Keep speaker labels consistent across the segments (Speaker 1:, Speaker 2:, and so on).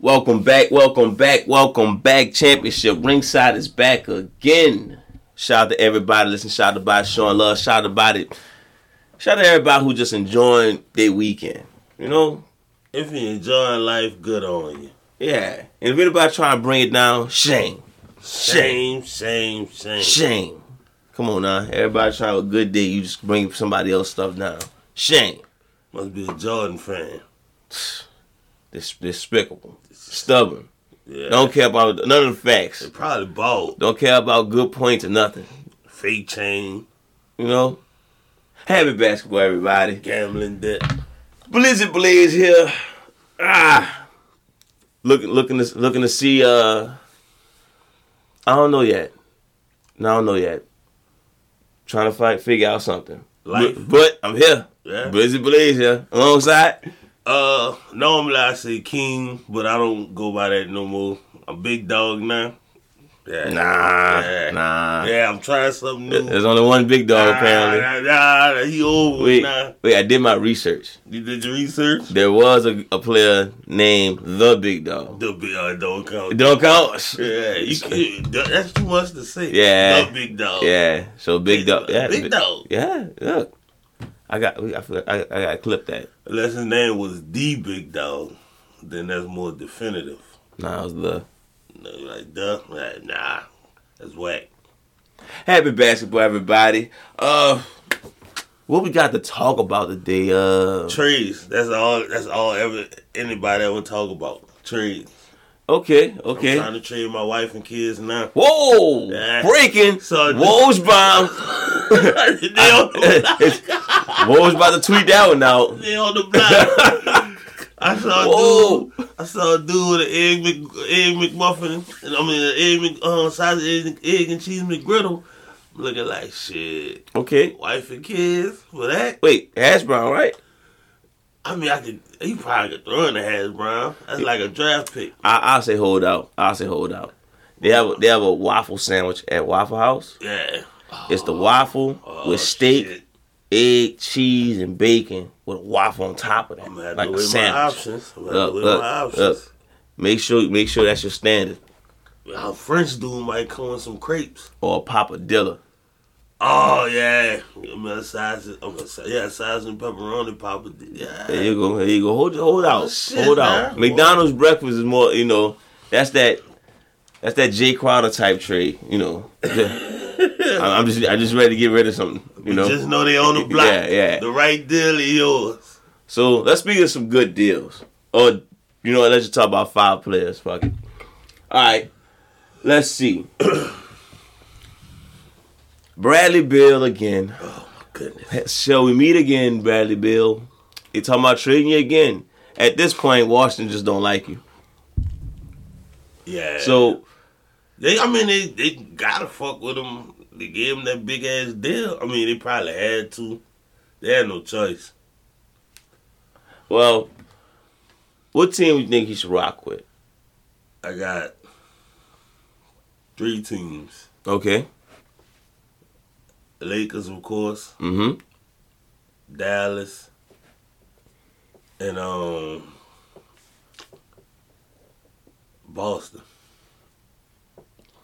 Speaker 1: Welcome back, welcome back, welcome back. Championship Ringside is back again. Shout out to everybody Listen, Shout out to by Sean Love. Shout out about it. Shout out to everybody who just enjoying their weekend. You know?
Speaker 2: If you enjoying life, good on you.
Speaker 1: Yeah. And if anybody trying to bring it down, shame.
Speaker 2: Shame, shame, shame.
Speaker 1: Shame. Come on now. Everybody trying to have a good day. You just bring somebody else stuff down. Shame.
Speaker 2: Must be a Jordan fan.
Speaker 1: Dis- despicable. Stubborn.
Speaker 2: Yeah.
Speaker 1: Don't care about none of the facts.
Speaker 2: They probably bald.
Speaker 1: Don't care about good points or nothing.
Speaker 2: Fake chain,
Speaker 1: You know? Happy basketball, everybody.
Speaker 2: gambling debt.
Speaker 1: Blizzard Blaze here. Ah, looking looking to looking to see. Uh, I don't know yet. No, I don't know yet. Trying to fight, figure out something.
Speaker 2: Life.
Speaker 1: but, but I'm here.
Speaker 2: Yeah.
Speaker 1: Blizzard Blaze here alongside.
Speaker 2: Uh, normally I say king, but I don't go by that no more. I'm big dog now. Yeah.
Speaker 1: Nah,
Speaker 2: Yeah.
Speaker 1: nah.
Speaker 2: Yeah, I'm trying something new.
Speaker 1: There's only one big dog
Speaker 2: Nah,
Speaker 1: apparently.
Speaker 2: Nah, nah, he old
Speaker 1: Wait,
Speaker 2: now.
Speaker 1: wait. I did my research.
Speaker 2: You did your research?
Speaker 1: There was a, a player named the Big Dog.
Speaker 2: The big uh, don't count.
Speaker 1: Don't count.
Speaker 2: yeah, you can, that's too much to say.
Speaker 1: Yeah.
Speaker 2: The big dog.
Speaker 1: Yeah. So big
Speaker 2: Big
Speaker 1: dog.
Speaker 2: dog.
Speaker 1: Yeah,
Speaker 2: Big
Speaker 1: bi-
Speaker 2: dog.
Speaker 1: Yeah. Look, I got. I feel- I, I got to clip that.
Speaker 2: Unless his name was the big dog, then that's more definitive.
Speaker 1: Nah, it was the
Speaker 2: No, like duh, like, nah, that's whack.
Speaker 1: happy basketball, everybody. Uh, what we got to talk about today? Uh,
Speaker 2: Trees. That's all. That's all. Ever anybody ever talk about trees.
Speaker 1: okay,
Speaker 2: I'm
Speaker 1: okay.
Speaker 2: trying to trade my wife and kids now.
Speaker 1: Whoa!
Speaker 2: Yeah.
Speaker 1: Breaking.
Speaker 2: So-
Speaker 1: Woes bomb.
Speaker 2: they, on,
Speaker 1: It's- Woes about to tweet that one out.
Speaker 2: they on the block. I saw a
Speaker 1: Whoa.
Speaker 2: dude. I saw a dude with an egg, Mc, egg McMuffin, and I mean an egg Mc, uh, sausage, egg, egg and cheese McGriddle. Looking like shit.
Speaker 1: Okay.
Speaker 2: Wife and kids for that.
Speaker 1: Wait, hash brown, right?
Speaker 2: I mean, I could. He probably could throw in the hash brown. That's like a draft pick.
Speaker 1: I, I'll say hold out. I'll say hold out. They have a, they have a waffle sandwich at Waffle House.
Speaker 2: Yeah.
Speaker 1: It's the waffle
Speaker 2: Oh,
Speaker 1: with steak,
Speaker 2: shit.
Speaker 1: egg, cheese, and bacon with a waffle on top of that,
Speaker 2: I'm gonna have
Speaker 1: like
Speaker 2: to
Speaker 1: a
Speaker 2: weigh
Speaker 1: sandwich.
Speaker 2: my options. I'm gonna
Speaker 1: Look,
Speaker 2: have to weigh
Speaker 1: look,
Speaker 2: my options.
Speaker 1: look. Make sure make sure that's your standard.
Speaker 2: Our French dude might come with some crepes.
Speaker 1: Or a papadilla.
Speaker 2: Oh yeah, I'm a size. I'm a size. Yeah, size and pepperoni papa. Yeah.
Speaker 1: There you go. There you go. Hold hold out.
Speaker 2: Oh, shit,
Speaker 1: hold out.
Speaker 2: man.
Speaker 1: McDonald's breakfast is more, you know, that's that that's that Jay Crowder type trade, you know. I- I'm just I just ready to get rid of something, you know.
Speaker 2: Just know they on the block.
Speaker 1: Yeah, yeah.
Speaker 2: The right deal is yours.
Speaker 1: So let's speak of some good deals. Or you know, what, let's just talk about five players. Fuck it. All right, let's see. Bradley Bill again.
Speaker 2: Goodness.
Speaker 1: Shall we meet again, Bradley Bill? They talking about trading you again. At this point, Washington just don't like you.
Speaker 2: Yeah.
Speaker 1: So
Speaker 2: they, I mean, they they gotta fuck with him. They gave him that big ass deal. I mean, they probably had to. They had no choice.
Speaker 1: well, what team do you think he should rock with?
Speaker 2: I got three teams.
Speaker 1: Okay.
Speaker 2: The Lakers, of course.
Speaker 1: Mm-hmm.
Speaker 2: Dallas, and um, Boston.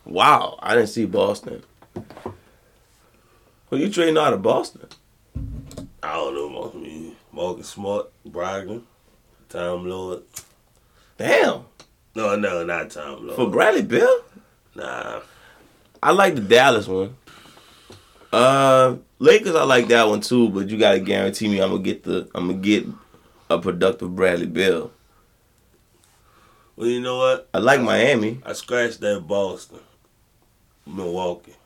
Speaker 1: Wow, I didn't see Boston. Who you trading out of Boston?
Speaker 2: I don't know, Mar- I mean, Marcus Smart, Brogdon, Time Lord.
Speaker 1: Damn.
Speaker 2: No, no, not Time Lord.
Speaker 1: For Bradley Bill?
Speaker 2: nah,
Speaker 1: I like the Dallas one. Uh, Lakers, I like that one too. But you gotta guarantee me I'm gonna get the I'm gonna get a productive Bradley Bill.
Speaker 2: well, you know what?
Speaker 1: I like Miami.
Speaker 2: I scratched that Boston, Milwaukee,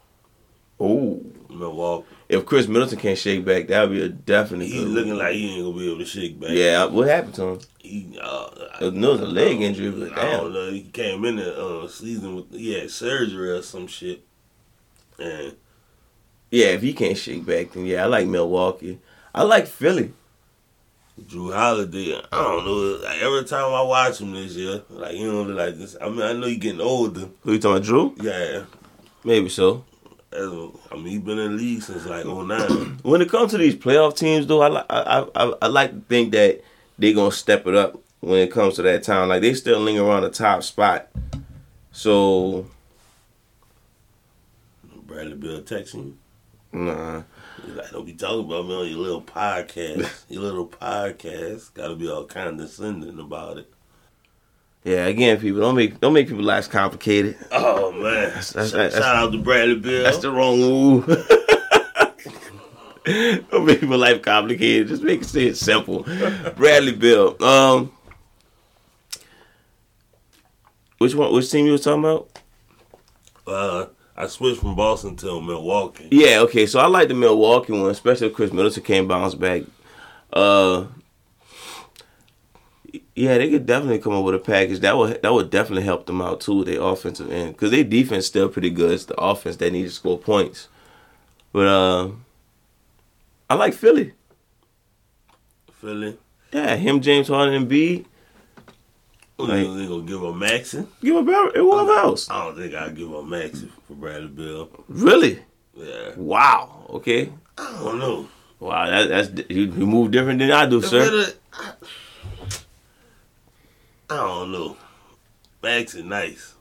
Speaker 1: Oh,
Speaker 2: Milwaukee.
Speaker 1: if Chris Middleton can't shake back, that would be a definite.
Speaker 2: He's
Speaker 1: good one.
Speaker 2: looking like he ain't gonna be able to shake back.
Speaker 1: yeah. What happened to him?
Speaker 2: he uh, I-
Speaker 1: It was a leg injury, but
Speaker 2: I
Speaker 1: damn.
Speaker 2: don't know. He came in the uh, season with he had surgery or some shit, and
Speaker 1: Yeah, if he can't shake back, then yeah, I like Milwaukee. I like Philly.
Speaker 2: Drew Holiday, I don't know. Like every time I watch him this year, like you don't look like this. I mean, I know you getting older.
Speaker 1: Who you talking about, Drew?
Speaker 2: Yeah,
Speaker 1: Maybe so.
Speaker 2: that's- I mean, he been in the league since like 09.
Speaker 1: When it comes to these playoff teams, though, I li- I I, I, I like to think that they're gonna step it up when it comes to that time. Like they still linger on the top spot. So
Speaker 2: Bradley Bill texting you.
Speaker 1: nah.
Speaker 2: He's like, don't be talking about me on your little podcast. your little podcast. Gotta be all condescending about it.
Speaker 1: Yeah, again, people don't make don't make people lives complicated.
Speaker 2: Oh, man.
Speaker 1: that's-
Speaker 2: Shout
Speaker 1: that's-
Speaker 2: out to Bradley Bill.
Speaker 1: That's the wrong move. Don't make my life complicated. Just make it simple. Bradley Bill. Um, which one? Which team you was talking about?
Speaker 2: uh, I switched from Boston to Milwaukee.
Speaker 1: Yeah. Okay. So I like the Milwaukee one, especially if Chris Middleton can bounce back. Uh, yeah, they could definitely come up with a package that would that would definitely help them out too. Their offensive end because their defense still pretty good. It's the offense that needs to score points. But uh, I like Philly.
Speaker 2: Philly.
Speaker 1: Yeah, him, James Harden, and B.
Speaker 2: Who
Speaker 1: Like-
Speaker 2: you think gonna give a maxi?
Speaker 1: Give a barrel. It was else.
Speaker 2: I don't think I'd give a maxi for Bradley Bill.
Speaker 1: Really?
Speaker 2: Yeah.
Speaker 1: Wow. Okay.
Speaker 2: I don't know.
Speaker 1: Wow. That, that's you, you move different than I do, sir.
Speaker 2: Philly- I, I don't know. Maxi nice.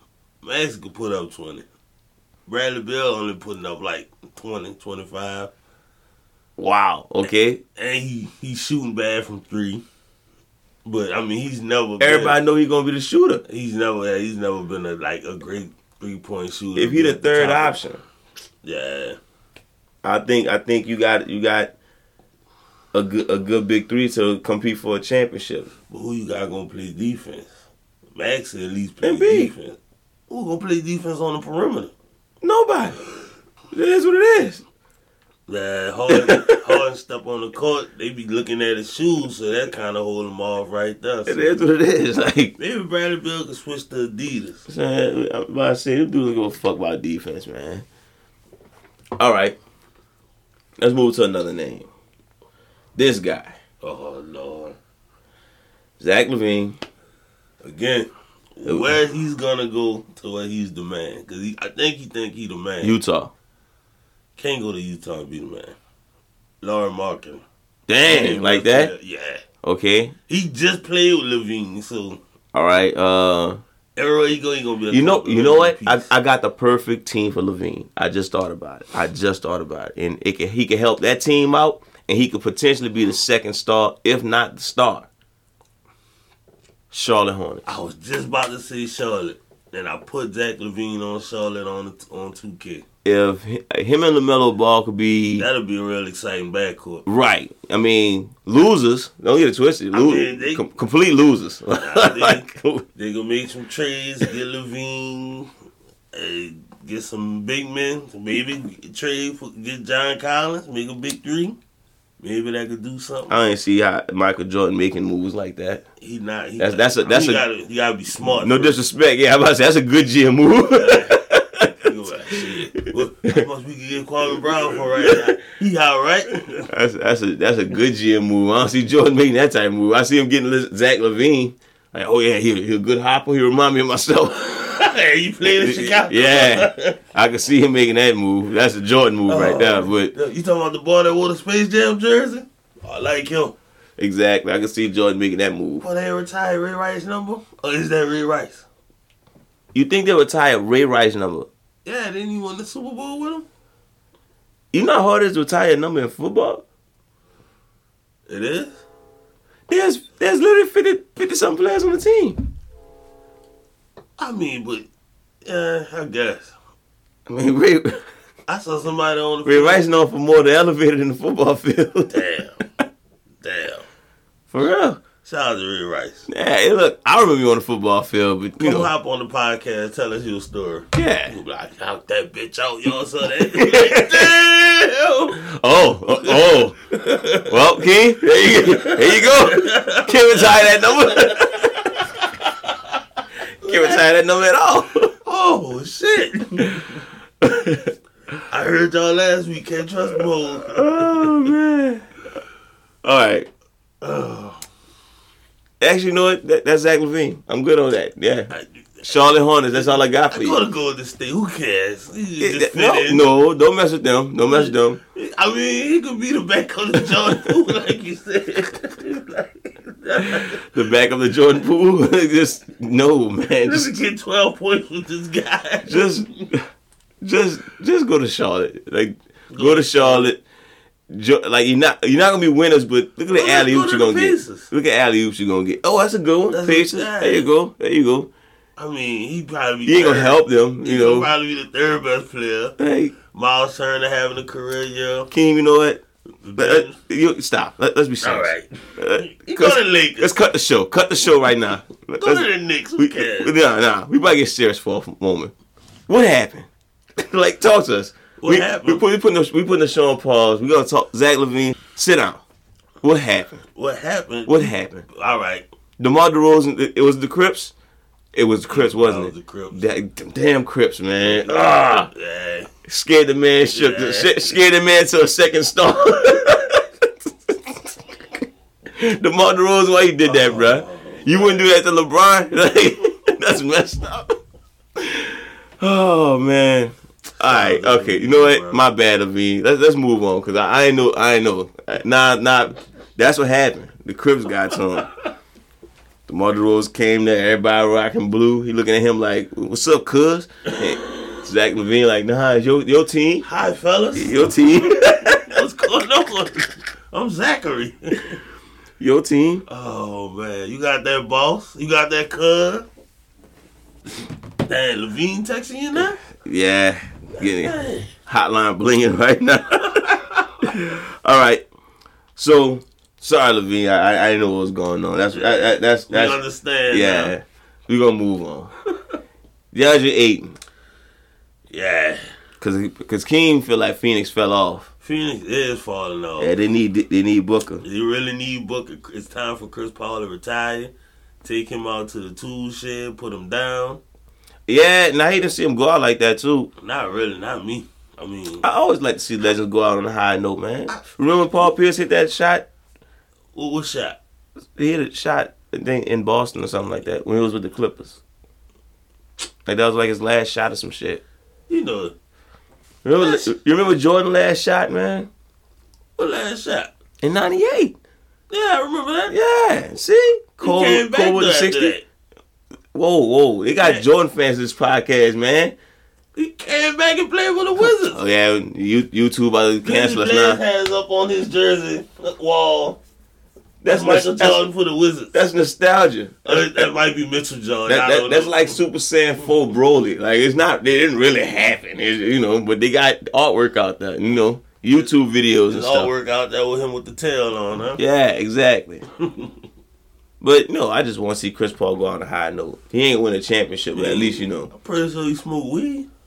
Speaker 2: Maxi could put up 20. Bradley Bill only putting up like 20, 25.
Speaker 1: Wow. Okay.
Speaker 2: And he, he shooting bad from three. But I mean he's never been-
Speaker 1: Everybody know he's gonna be the shooter
Speaker 2: he's never he's never been a like a great three point shooter.
Speaker 1: if he the third
Speaker 2: Top-
Speaker 1: option.
Speaker 2: Yeah.
Speaker 1: I think. I think you got you got a good a good big three to compete for a championship.
Speaker 2: But who you got gonna play defense? Max at least play
Speaker 1: Embiid.
Speaker 2: defense. Who gonna play defense on the perimeter?
Speaker 1: Nobody. It is what it is.
Speaker 2: Nah, Harden, Harden step on the court, they be looking at his shoes, so that kind of hold him off right there. So
Speaker 1: It is what it is. Like.
Speaker 2: Maybe Bradley Bill could switch to Adidas.
Speaker 1: Man, I'm about to say, them dudes don't give a fuck about defense, man. All right. Let's move to another name. This guy,
Speaker 2: Oh Lord!
Speaker 1: Zach Levine.
Speaker 2: Again, where he's gonna go to where he's the man? Cause he, I think he think he the man.
Speaker 1: Utah.
Speaker 2: can't go to Utah and be the man. Lauren Markin.
Speaker 1: Damn, like that?
Speaker 2: Yeah.
Speaker 1: Okay.
Speaker 2: He just played with Levine, so
Speaker 1: All right. Uh
Speaker 2: everywhere he go, he gonna be. A
Speaker 1: you know you know what? I,
Speaker 2: piece.
Speaker 1: I got the perfect team for Levine. I just thought about it. I just thought about it. And it can, he can help that team out and he could potentially be the second star, if not the star. Charlotte Hornets.
Speaker 2: I was just about to say Charlotte, and I put Zach Levine on Charlotte on on two K.
Speaker 1: If hi- him and LaMelo Ball could be
Speaker 2: That'll be a real exciting backcourt.
Speaker 1: Right. I mean, losers. Don't get it twisted. Lo-
Speaker 2: mean, they-
Speaker 1: com- complete losers.
Speaker 2: I
Speaker 1: like,
Speaker 2: They gonna make some trades, get Levine, eh, get some big men, maybe trade for, get John Collins, make a big three. Maybe that could do something.
Speaker 1: I ain't see how Michael Jordan making moves like that.
Speaker 2: He not. He
Speaker 1: That's- that's a- that's
Speaker 2: you
Speaker 1: a-
Speaker 2: gotta, you gotta be smart.
Speaker 1: No
Speaker 2: first.
Speaker 1: disrespect. Yeah, I'm about to say that's a good GM move.
Speaker 2: You like, shit. Well, How much we can get Kwame Brown for right now? He all right.
Speaker 1: that's that's a that's a good GM move. I don't see Jordan making that type of move. I see him getting Liz- Zach Levine. Like, oh yeah, he he a good hopper. He remind me of myself.
Speaker 2: hey, you played in Chicago.
Speaker 1: yeah, I could see him making that move. That's a Jordan move
Speaker 2: Oh.
Speaker 1: right there. But
Speaker 2: you talking about the boy that wore the Space Jam jersey? Oh, I like him.
Speaker 1: exactly, I could see Jordan making that move.
Speaker 2: Boy, they retired Ray Rice number. Or is that Ray Rice?
Speaker 1: You think they'll retire Ray Rice number?
Speaker 2: Yeah, then you won the Super Bowl with him.
Speaker 1: You know how hard it is to retire a number in football?
Speaker 2: It is.
Speaker 1: There's there's literally 50, 50 something players on the team.
Speaker 2: I mean, but yeah, I guess.
Speaker 1: I mean, Ray,
Speaker 2: I saw somebody on the
Speaker 1: Ray Rice known for more the elevator than the football field.
Speaker 2: Damn, damn.
Speaker 1: for real.
Speaker 2: Shout out to Ray Rice.
Speaker 1: Yeah, hey, look, I remember you on the football field, but you
Speaker 2: Come
Speaker 1: know,
Speaker 2: hop on the podcast, tell us your story.
Speaker 1: yeah.
Speaker 2: You be like, knock that bitch out, y'all saw that. Damn.
Speaker 1: Oh, oh, oh. well, King, there you, there you go. Can't retire that number. Can't retire that number at all.
Speaker 2: Oh shit! I heard y'all last week. Can't trust mode.
Speaker 1: oh man. All right.
Speaker 2: Oh,
Speaker 1: Actually, you know what? That, that's Zach Levine. I'm good on that. Yeah.
Speaker 2: I,
Speaker 1: Charlotte Hornets. That's all I got for
Speaker 2: I
Speaker 1: you.
Speaker 2: go to Golden State. Who cares? He
Speaker 1: Yeah,
Speaker 2: just
Speaker 1: that-
Speaker 2: fit in.
Speaker 1: no, no, don't mess with them. Don't mess with them.
Speaker 2: I mean, he could be the back on the Jordan pool, like you said.
Speaker 1: the back of the Jordan pool. just no, man.
Speaker 2: Let
Speaker 1: Just,
Speaker 2: me get 12 points with this guy.
Speaker 1: just, just, just go to Charlotte. Like, go to Charlotte. Jo- like you're not you're not gonna be winners, but look at
Speaker 2: Well,
Speaker 1: the
Speaker 2: let's
Speaker 1: alley
Speaker 2: go
Speaker 1: oops
Speaker 2: to
Speaker 1: you're
Speaker 2: the
Speaker 1: gonna
Speaker 2: pieces.
Speaker 1: get. Look at alley oops you're gonna get. Oh, that's a good one.
Speaker 2: That's a-
Speaker 1: Patience.
Speaker 2: yeah.
Speaker 1: There you go. There you go.
Speaker 2: I mean, he probably be
Speaker 1: You ain't gonna
Speaker 2: third.
Speaker 1: help them. You
Speaker 2: He's gonna
Speaker 1: know.
Speaker 2: probably be the third best player.
Speaker 1: Hey,
Speaker 2: Miles Turner having a career year.
Speaker 1: King. You know what? Let-
Speaker 2: All
Speaker 1: let- you, stop. Let, us be serious.
Speaker 2: right.
Speaker 1: Uh,
Speaker 2: He go to
Speaker 1: let's,
Speaker 2: the Lakers.
Speaker 1: let's cut the show. Cut the show right now. Let-
Speaker 2: Go
Speaker 1: let's-
Speaker 2: to the Knicks. Who
Speaker 1: We,
Speaker 2: cares?
Speaker 1: we, nah, nah. We might get serious for a moment. What happened? like, talk to us.
Speaker 2: What
Speaker 1: we,
Speaker 2: happened?
Speaker 1: We put we putting the, we putting the show on pause. We gonna talk. Zach Levine, sit down. What happened?
Speaker 2: What happened?
Speaker 1: What happened?
Speaker 2: All right.
Speaker 1: DeMar DeRozan. It, it was the Crips. It was the Crips, wasn't
Speaker 2: That was
Speaker 1: it?
Speaker 2: the Crips.
Speaker 1: That, them damn Crips, man. Ah,
Speaker 2: Yeah.
Speaker 1: scared the man. Shook the,
Speaker 2: Yeah.
Speaker 1: sh- scared the man to a second star. DeMar DeRozan, why you did that, bruh? You wouldn't do that to LeBron. Like, that's messed up. Oh man. All right. Okay. You know what? My bad of me. Let's let's move on because I, I ain't know. I ain't know. Nah, nah. That's what happened. The Crips got to him. The Mother Rose came there. Everybody rocking blue. He looking at him like, "What's up, Cuz?" And Zach Levine like, "Nah, it's your your team,
Speaker 2: Hi, fellas.
Speaker 1: your team,
Speaker 2: What's going on? I'm Zachary.
Speaker 1: your team."
Speaker 2: Oh, man. You got that boss? You got that cuz? Damn, Levine texting you now?
Speaker 1: Yeah, getting
Speaker 2: Hey.
Speaker 1: hotline blinging right now. All right. So sorry, Levine. I I- I didn't know what was going on. That's I, I, that's
Speaker 2: We
Speaker 1: that's
Speaker 2: understand.
Speaker 1: yeah.
Speaker 2: now.
Speaker 1: We gonna move on. DeAndre Ayton,
Speaker 2: Yeah.
Speaker 1: cause cause King feel like Phoenix fell off.
Speaker 2: Phoenix is falling off.
Speaker 1: Yeah, they need they need Booker.
Speaker 2: They really need Booker. It's time for Chris Paul to retire. Take him out to the tool shed, put him down.
Speaker 1: Yeah, and I hate to see him go out like that too.
Speaker 2: Not really, not me. I mean,
Speaker 1: I always like to see legends go out on a high note, man. Remember when Paul Pierce hit that shot?
Speaker 2: what, what shot?
Speaker 1: He hit a shot I think in Boston or something like that when he was with the Clippers. Like that was like his last shot or some shit.
Speaker 2: You know,
Speaker 1: Remember,
Speaker 2: Yes.
Speaker 1: you remember Jordan last shot, man?
Speaker 2: what last shot?
Speaker 1: In '98.
Speaker 2: Yeah, I remember that.
Speaker 1: Yeah, see,
Speaker 2: He
Speaker 1: Cole,
Speaker 2: came back
Speaker 1: Cole with the
Speaker 2: though after
Speaker 1: '60s.
Speaker 2: that.
Speaker 1: Whoa, whoa! They got
Speaker 2: Yeah.
Speaker 1: Jordan fans in this podcast, man.
Speaker 2: He came back and played with the Wizards.
Speaker 1: Oh yeah, you YouTube about to cancel
Speaker 2: Cancel
Speaker 1: us now.
Speaker 2: has up on his jersey uh, wall.
Speaker 1: That's
Speaker 2: That's Michael
Speaker 1: nos- that's,
Speaker 2: Jordan for the Wizards.
Speaker 1: that's nostalgia.
Speaker 2: Uh, that,
Speaker 1: That-
Speaker 2: might be Mitchell Jordan. I
Speaker 1: that-
Speaker 2: don't
Speaker 1: that's
Speaker 2: know.
Speaker 1: like Super Saiyan 4 Broly. Like it's not, they didn't really happen, it's- you know. But they got artwork out there, you know, YouTube videos and
Speaker 2: It's
Speaker 1: stuff.
Speaker 2: all work out there with him with the tail on, huh?
Speaker 1: Yeah, exactly. but no, I just want to see Chris Paul go on a high note. He ain't win a championship, but at least you know.
Speaker 2: I'm pretty sure he smoked weed.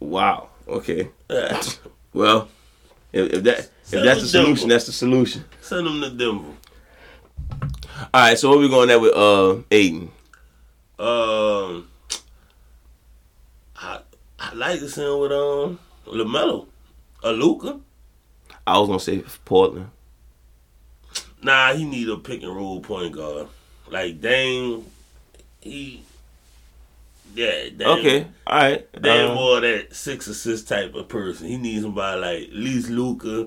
Speaker 1: Wow. Okay.
Speaker 2: Yeah.
Speaker 1: Well, if, if that if that's the solution, that's the solution.
Speaker 2: Send him to Denver.
Speaker 1: All right. So where we going at with uh Aiden?
Speaker 2: Um, I I like to send with um Lamelo, Uh, a Luca.
Speaker 1: I was gonna say Portland.
Speaker 2: Nah, he need a pick and roll point guard. Like Dame, he yeah. Dame,
Speaker 1: Okay. All right.
Speaker 2: Dame
Speaker 1: Uh,
Speaker 2: more that six assist type of person. He needs somebody like at least Luca.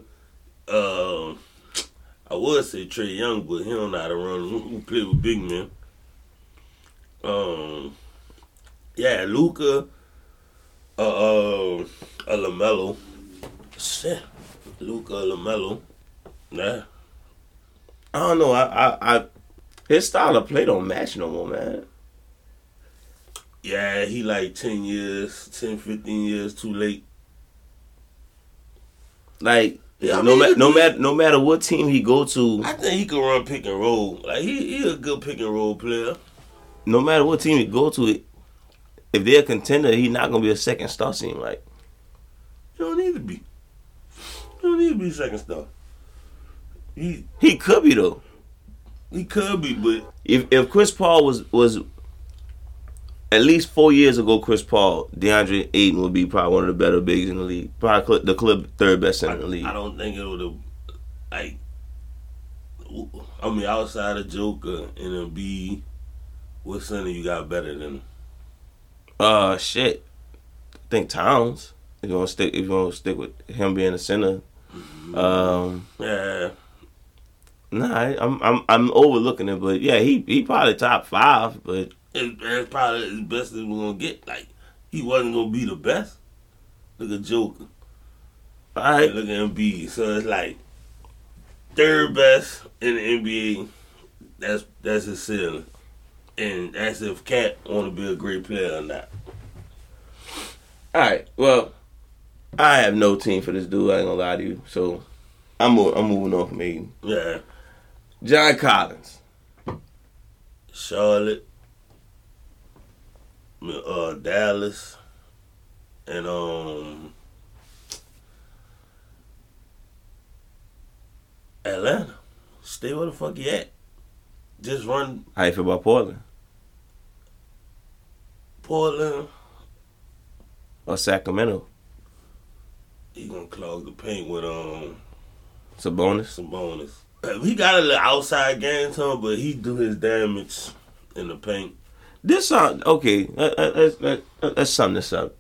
Speaker 2: Um, I would say Trey Young, but he don't know how to run. He play with big men. Um, yeah, Luca, uh, uh, a Lamelo. Shit, Luca Lamelo. Nah,
Speaker 1: I don't know. I, I I his style of play don't match no more, man.
Speaker 2: yeah, he like 10 years, 10, 15 years too late.
Speaker 1: Like
Speaker 2: Yeah, I
Speaker 1: no
Speaker 2: mean,
Speaker 1: matter
Speaker 2: you
Speaker 1: no
Speaker 2: can-
Speaker 1: matter no matter what team he go to,
Speaker 2: I think he can run pick and roll. Like he, he a good pick and roll player.
Speaker 1: no matter what team he go to, if they're a contender, he not gonna be a second star. Seem like
Speaker 2: You don't need to be. You don't need to be second star. He
Speaker 1: he could be though.
Speaker 2: he could be, but
Speaker 1: If if Chris Paul was was at least four years ago, Chris Paul, DeAndre Ayton would be probably one of the better bigs in the league. Probably cl- the club third best
Speaker 2: I,
Speaker 1: center in the league.
Speaker 2: I don't think it would have like. I mean, outside of Joker and Embiid, what center you got better than him?
Speaker 1: Uh, shit. I think Towns. If you want to stick, if you want to stick with him being the center. Um,
Speaker 2: Yeah,
Speaker 1: Nah, I, I'm I'm I'm overlooking it, but yeah, he he probably top five, but
Speaker 2: It, that's probably as best as we're gonna get. Like he wasn't gonna be the best. Look at Joker.
Speaker 1: all
Speaker 2: Like,
Speaker 1: right.
Speaker 2: look at Embiid. So it's like third best in the NBA. That's that's his ceiling, and that's if Cat want to be a great player or not.
Speaker 1: All right. Well, I have no team for this dude. I ain't gonna lie to you. So I'm mo- I'm moving on from Aiden.
Speaker 2: Yeah,
Speaker 1: John Collins.
Speaker 2: Charlotte, uh, Dallas, and um, Atlanta. Stay where the fuck you at. Just run
Speaker 1: How you feel about Portland
Speaker 2: Portland.
Speaker 1: or Sacramento?
Speaker 2: He gonna clog the paint with um
Speaker 1: It's a bonus.
Speaker 2: Sabonis. He got a little outside game to him, but he do his damage in the paint.
Speaker 1: This uh, okay. let- let- Let's let- let's sum this up.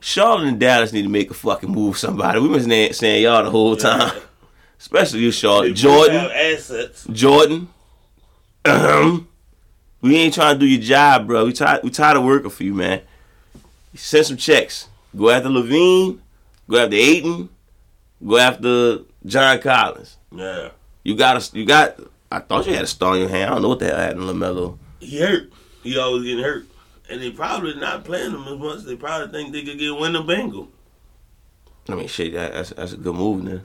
Speaker 1: Charlotte and Dallas need to make a fucking move. Somebody. We've been saying- saying y'all the whole time, especially you,
Speaker 2: They
Speaker 1: Charlotte.
Speaker 2: both
Speaker 1: Jordan.
Speaker 2: have assets.
Speaker 1: Jordan. Ahem. we ain't trying to do your job, bro. We tired. We tired of working for you, man. Send some checks. Go after Levine. Go after Aiton. Go after John Collins.
Speaker 2: Yeah,
Speaker 1: You got a. You got. I thought you had a star in your hand. I don't know what the hell happened, to Lamelo.
Speaker 2: he hurt. He always getting hurt, and they probably not playing him as much. They probably think they could get win the Bengal.
Speaker 1: I mean, shit. That, that's that's a good move, man.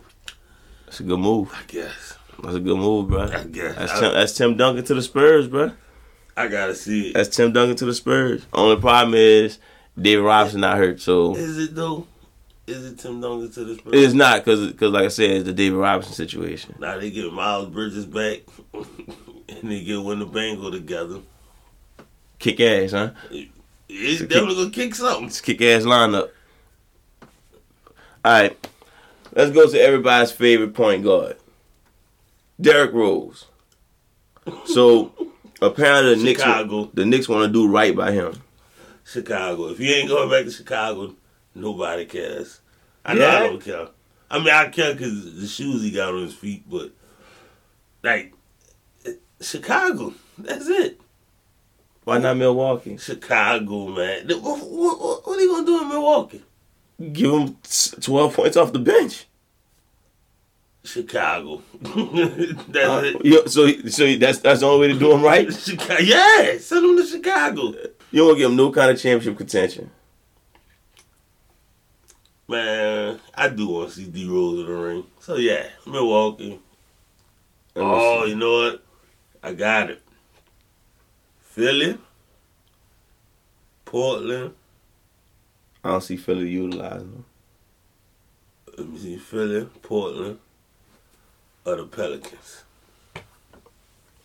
Speaker 1: That's a good move.
Speaker 2: I guess.
Speaker 1: That's a good move, bro.
Speaker 2: I guess.
Speaker 1: That's
Speaker 2: I-
Speaker 1: Tim, that's Tim Duncan to the Spurs, bro.
Speaker 2: I gotta see it.
Speaker 1: That's Tim Duncan to the Spurs. Only problem is David Robinson not hurt, so
Speaker 2: Is it though? Is it Tim Duncan to this? person?
Speaker 1: It's not because like I said, it's the David Robinson situation.
Speaker 2: Now they get Miles Bridges back, and they get win the Bengal together.
Speaker 1: Kick ass, huh?
Speaker 2: It's
Speaker 1: kick-
Speaker 2: definitely gonna kick something.
Speaker 1: It's kick ass lineup. All right, let's go to everybody's favorite point guard, Derrick Rose. So apparently the Knicks
Speaker 2: Chicago.
Speaker 1: the Knicks want to do right by him.
Speaker 2: Chicago. If you ain't going back to Chicago, nobody cares. I know
Speaker 1: Yeah?
Speaker 2: I don't care. I mean, I care because the shoes he got on his feet, but like it- Chicago, that's it.
Speaker 1: Why not Milwaukee?
Speaker 2: Chicago, man. The- What, what, what, what are you gonna do in Milwaukee?
Speaker 1: Give him s- twelve points off the bench.
Speaker 2: Chicago. that's
Speaker 1: Uh,
Speaker 2: it.
Speaker 1: yeah, so he- so he- that's that's the only way to do him right.
Speaker 2: Chicago. Yeah, send him to Chicago,
Speaker 1: You don't give him no kind of championship contention.
Speaker 2: man. I do want to see D Rose in the ring. So yeah, Milwaukee.
Speaker 1: Let me
Speaker 2: oh,
Speaker 1: see.
Speaker 2: you know what? I got it. Philly, Portland.
Speaker 1: I don't see Philly utilizing him.
Speaker 2: Let me see, Philly, Portland, or the Pelicans.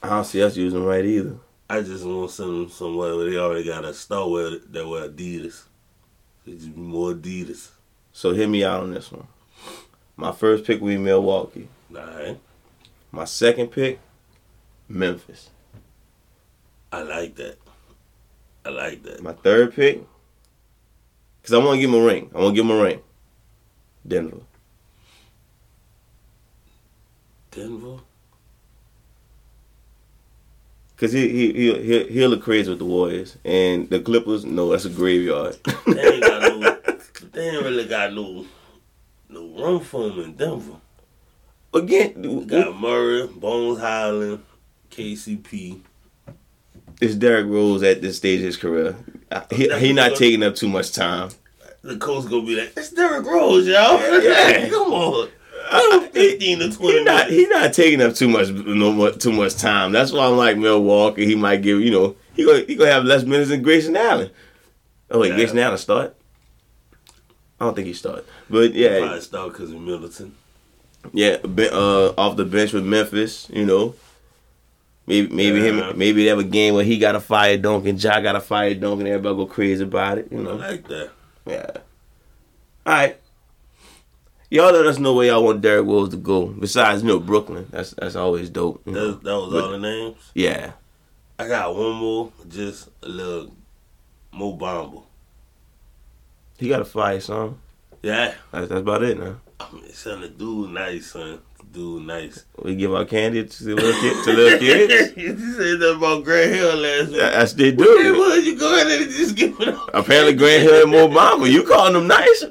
Speaker 1: I don't see us using him right either.
Speaker 2: I just want to send them somewhere where they already got a star where that wear Adidas. It just be more Adidas.
Speaker 1: So hit me out on this one. My first pick will be Milwaukee.
Speaker 2: All right,
Speaker 1: My second pick, Memphis.
Speaker 2: I like that. I like that.
Speaker 1: My third pick, because I want to give him a ring. I want to give him a ring. Denver.
Speaker 2: Denver.
Speaker 1: Because he, he, he, he'll, he'll look crazy with the Warriors. And the Clippers, no, that's a graveyard.
Speaker 2: They ain't got no. they ain't really got no. No room for him in Denver.
Speaker 1: Again,
Speaker 2: Got Murray, Bones Highland, KCP.
Speaker 1: it's Derrick Rose at this stage of his career. He, he not taking up too much time.
Speaker 2: The coach gonna be like, "It's Derrick Rose, y'all.
Speaker 1: Yeah.
Speaker 2: Come on, Give him fifteen to twenty
Speaker 1: He not he
Speaker 2: minutes.
Speaker 1: not taking up too much no mu- too much time. That's why I'm like Milwaukee. He might give you know he gonna he gonna have less minutes than Grayson Allen. Oh wait,
Speaker 2: Yeah.
Speaker 1: Grayson Allen start. I don't think he start, but yeah,
Speaker 2: Probably start because of Middleton.
Speaker 1: yeah, be- uh, off the bench with Memphis, you know. Maybe maybe
Speaker 2: Yeah.
Speaker 1: him maybe they have a game where he got a fire dunk and Ja got a fire dunk and everybody go crazy about it, you
Speaker 2: I
Speaker 1: know.
Speaker 2: like that.
Speaker 1: Yeah. All right. Y'all let us know where y'all want Derrick Rose to go. Besides, you know, Brooklyn. That's that's always dope. you
Speaker 2: That,
Speaker 1: know.
Speaker 2: that was all the names.
Speaker 1: Yeah.
Speaker 2: I got one more, just a little Mo Bamba.
Speaker 1: He got a fire song.
Speaker 2: Yeah,
Speaker 1: That's, that's about it now.
Speaker 2: I mean, son, the dude, nice son. Dude, nice.
Speaker 1: We give out candy to little kids. To little kids.
Speaker 2: you said that about Grand Hill last week.
Speaker 1: That's they
Speaker 2: Hey,
Speaker 1: do.
Speaker 2: well, you go ahead and just give it up.
Speaker 1: Apparently, Grand Hill and Obama. You calling them nice?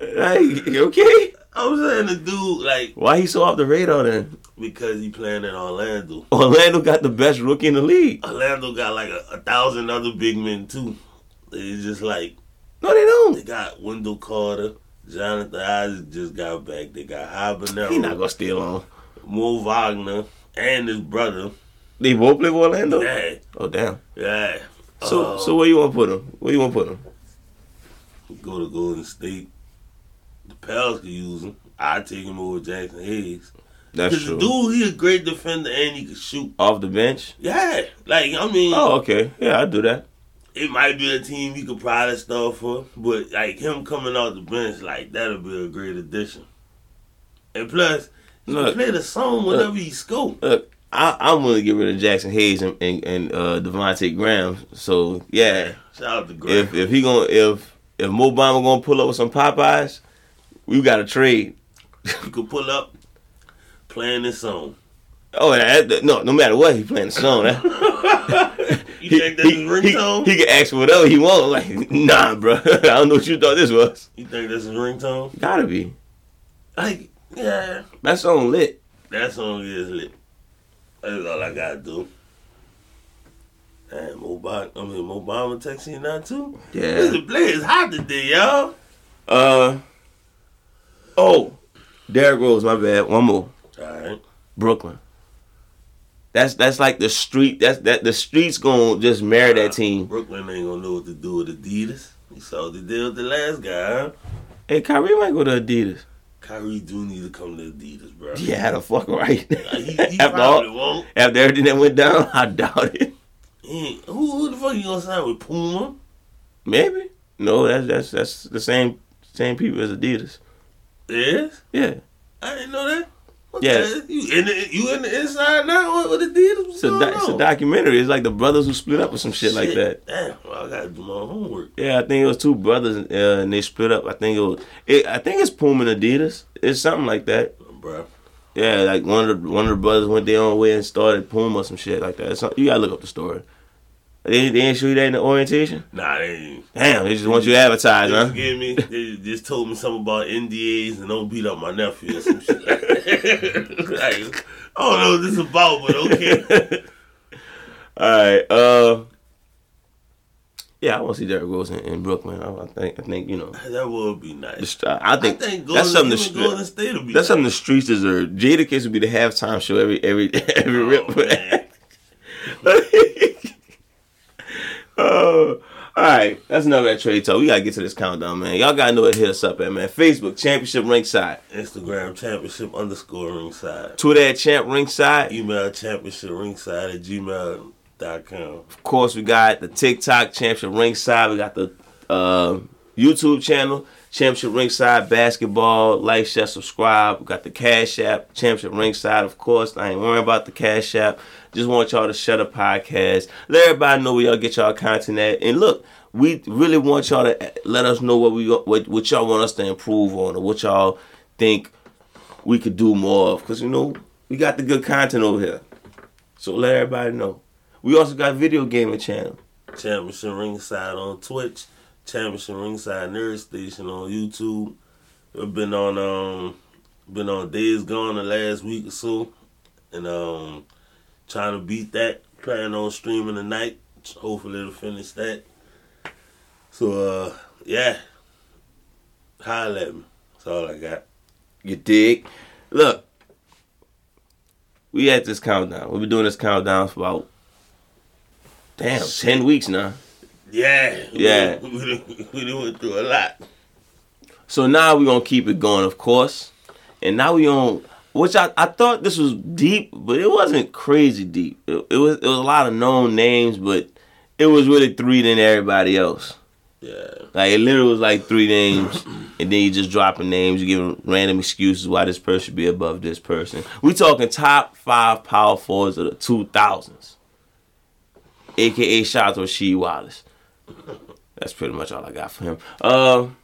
Speaker 1: Like, okay.
Speaker 2: I'm saying the dude, like,
Speaker 1: Why he so off the radar then?
Speaker 2: because he playing in Orlando.
Speaker 1: Orlando got the best rookie in the league.
Speaker 2: Orlando got like a, a thousand other big men too. It's just like
Speaker 1: No, they
Speaker 2: they
Speaker 1: don't.
Speaker 2: got Wendell Carter, Jonathan Isaac just got back. They got
Speaker 1: He not
Speaker 2: Habanero,
Speaker 1: gonna steal on.
Speaker 2: Mo Wagner, and his brother.
Speaker 1: They both play for Orlando.
Speaker 2: Yeah,
Speaker 1: Oh damn.
Speaker 2: yeah.
Speaker 1: So
Speaker 2: Uh,
Speaker 1: so where you want to put him? Where you want to put him?
Speaker 2: go to Golden State. The Pels can use him. I take him over Jackson Hayes.
Speaker 1: That's
Speaker 2: Cause the
Speaker 1: true.
Speaker 2: dude, he a great defender and he can shoot.
Speaker 1: Off the bench.
Speaker 2: Yeah, like I mean,
Speaker 1: Oh okay. Yeah, I do that.
Speaker 2: it might be a team you could probably start for, but like him coming off the bench, like that'll be a great addition. And plus, you
Speaker 1: Look.
Speaker 2: play the song whenever you score.
Speaker 1: Look, I, I'm willing to get rid of Jackson Hayes and and, and uh, Devontae Graham. So yeah,
Speaker 2: Shout out to Greg.
Speaker 1: if if he gonna if if Mo Bamba gonna pull up with some Popeyes, we got to trade.
Speaker 2: you could pull up playing this song.
Speaker 1: Oh, that, that- no, no matter what, he playing the song. That,
Speaker 2: You
Speaker 1: he,
Speaker 2: think that's
Speaker 1: he,
Speaker 2: his
Speaker 1: he,
Speaker 2: ringtone?
Speaker 1: he can ask for whatever he want. Like, nah, bro. I don't know what you thought this was.
Speaker 2: you think that's his ringtone?
Speaker 1: Gotta be.
Speaker 2: Like, yeah.
Speaker 1: That song lit.
Speaker 2: That song is lit. That's all I gotta do. And Mobama, I mean Mobama texting now too. This
Speaker 1: Yeah.
Speaker 2: the play is hot today, y'all.
Speaker 1: Uh. Oh, Derrick Rose. My bad. One more.
Speaker 2: All right.
Speaker 1: Brooklyn. That's that's like the street. That's that the streets gonna just marry that team.
Speaker 2: Brooklyn ain't gonna know what to do with Adidas. You saw the deal with the last guy. Huh?
Speaker 1: Hey, Kyrie might go to Adidas.
Speaker 2: Kyrie do need to come to Adidas, bro.
Speaker 1: Yeah, the fuck right.
Speaker 2: Like, he, he
Speaker 1: after
Speaker 2: probably
Speaker 1: all,
Speaker 2: won't.
Speaker 1: after everything that went down, I doubt it.
Speaker 2: He ain't- who, who the fuck you gonna sign with Puma?
Speaker 1: Maybe. No, that's that's that's the same same people as Adidas.
Speaker 2: Yes,
Speaker 1: Yeah,
Speaker 2: I didn't know that. What
Speaker 1: Yeah.
Speaker 2: the- you in the you in the inside now? What, what Adidas? What's
Speaker 1: it's a,
Speaker 2: going
Speaker 1: doc it's a
Speaker 2: on?
Speaker 1: documentary. It's like the brothers who split up or some shit, like that.
Speaker 2: Damn, well, I gotta do my homework.
Speaker 1: Yeah, I think it was two brothers uh, and they split up. I think it was. It, I think it's Puma and Adidas. It's something like that.
Speaker 2: Bruh.
Speaker 1: Yeah, like one of the, one of the brothers went their own way and started Puma or some shit like that. It's not- you gotta look up the story. They, they didn't show you that in the orientation.
Speaker 2: Nah, they ain't.
Speaker 1: Damn, they just want you to advertise,
Speaker 2: They
Speaker 1: huh?
Speaker 2: just gave me. They just told me something about NDAs and don't beat up my nephew or some shit. like, I don't know what this is about, but okay.
Speaker 1: All right. Uh, yeah, I want to see Derrick Rose in, in Brooklyn. I, I think I think you know.
Speaker 2: that would
Speaker 1: The,
Speaker 2: be nice.
Speaker 1: st- I
Speaker 2: I
Speaker 1: think,
Speaker 2: think
Speaker 1: that's something.
Speaker 2: Golden,
Speaker 1: The
Speaker 2: that's
Speaker 1: str-
Speaker 2: Golden State will be.
Speaker 1: that's something
Speaker 2: nice.
Speaker 1: the streets deserve. Jadakiss would be the halftime show every every every
Speaker 2: Oh,
Speaker 1: rip.
Speaker 2: man.
Speaker 1: Oh, all right. That's enough of that trade talk. We gotta get to this countdown, man. Y'all gotta know what to hit us up at, man. Facebook Championship Ringside,
Speaker 2: Instagram championship underscore ringside.
Speaker 1: Twitter at Champ Ringside.
Speaker 2: Email championship ringside at gmail.com.
Speaker 1: Of course, we got the TikTok Championship Ringside. We got the uh, YouTube channel Championship Ringside Basketball. Like, share, subscribe. We got the Cash App Championship Ringside. Of course, I ain't worrying about the Cash App. Just want y'all to shut up podcast. Let everybody know where y'all get y'all content at. And look, we really want y'all to uh, let us know what we what, what y'all want us to improve on or what y'all think we could do more of. Cause you know we got the good content over here. So let everybody know. We also got video gaming channel.
Speaker 2: Championship Ringside on Twitch, Championship Ringside Nerd Station on YouTube. I've been on um been on Days Gone the last week or so. And um trying to beat that. Planning on streaming tonight. Hopefully to finish that. So uh yeah. Holla at me. That's all I got.
Speaker 1: You dig? Look, we at this countdown. We've been doing this countdown for about damn ten weeks now.
Speaker 2: Yeah.
Speaker 1: Yeah.
Speaker 2: We, done- we done went through a lot.
Speaker 1: So now we're gonna keep it going, of course. And now we on which I, I thought this was deep, but it wasn't crazy deep. It, it was it was a lot of known names, but it was really three than everybody else.
Speaker 2: Yeah.
Speaker 1: Like it literally was like three names, and then you just dropping names, you giving random excuses why this person should be above this person. We talking top five power forwards of the two thousands, aka shout out to Rasheed Wallace. That's pretty much all I got for him. Um,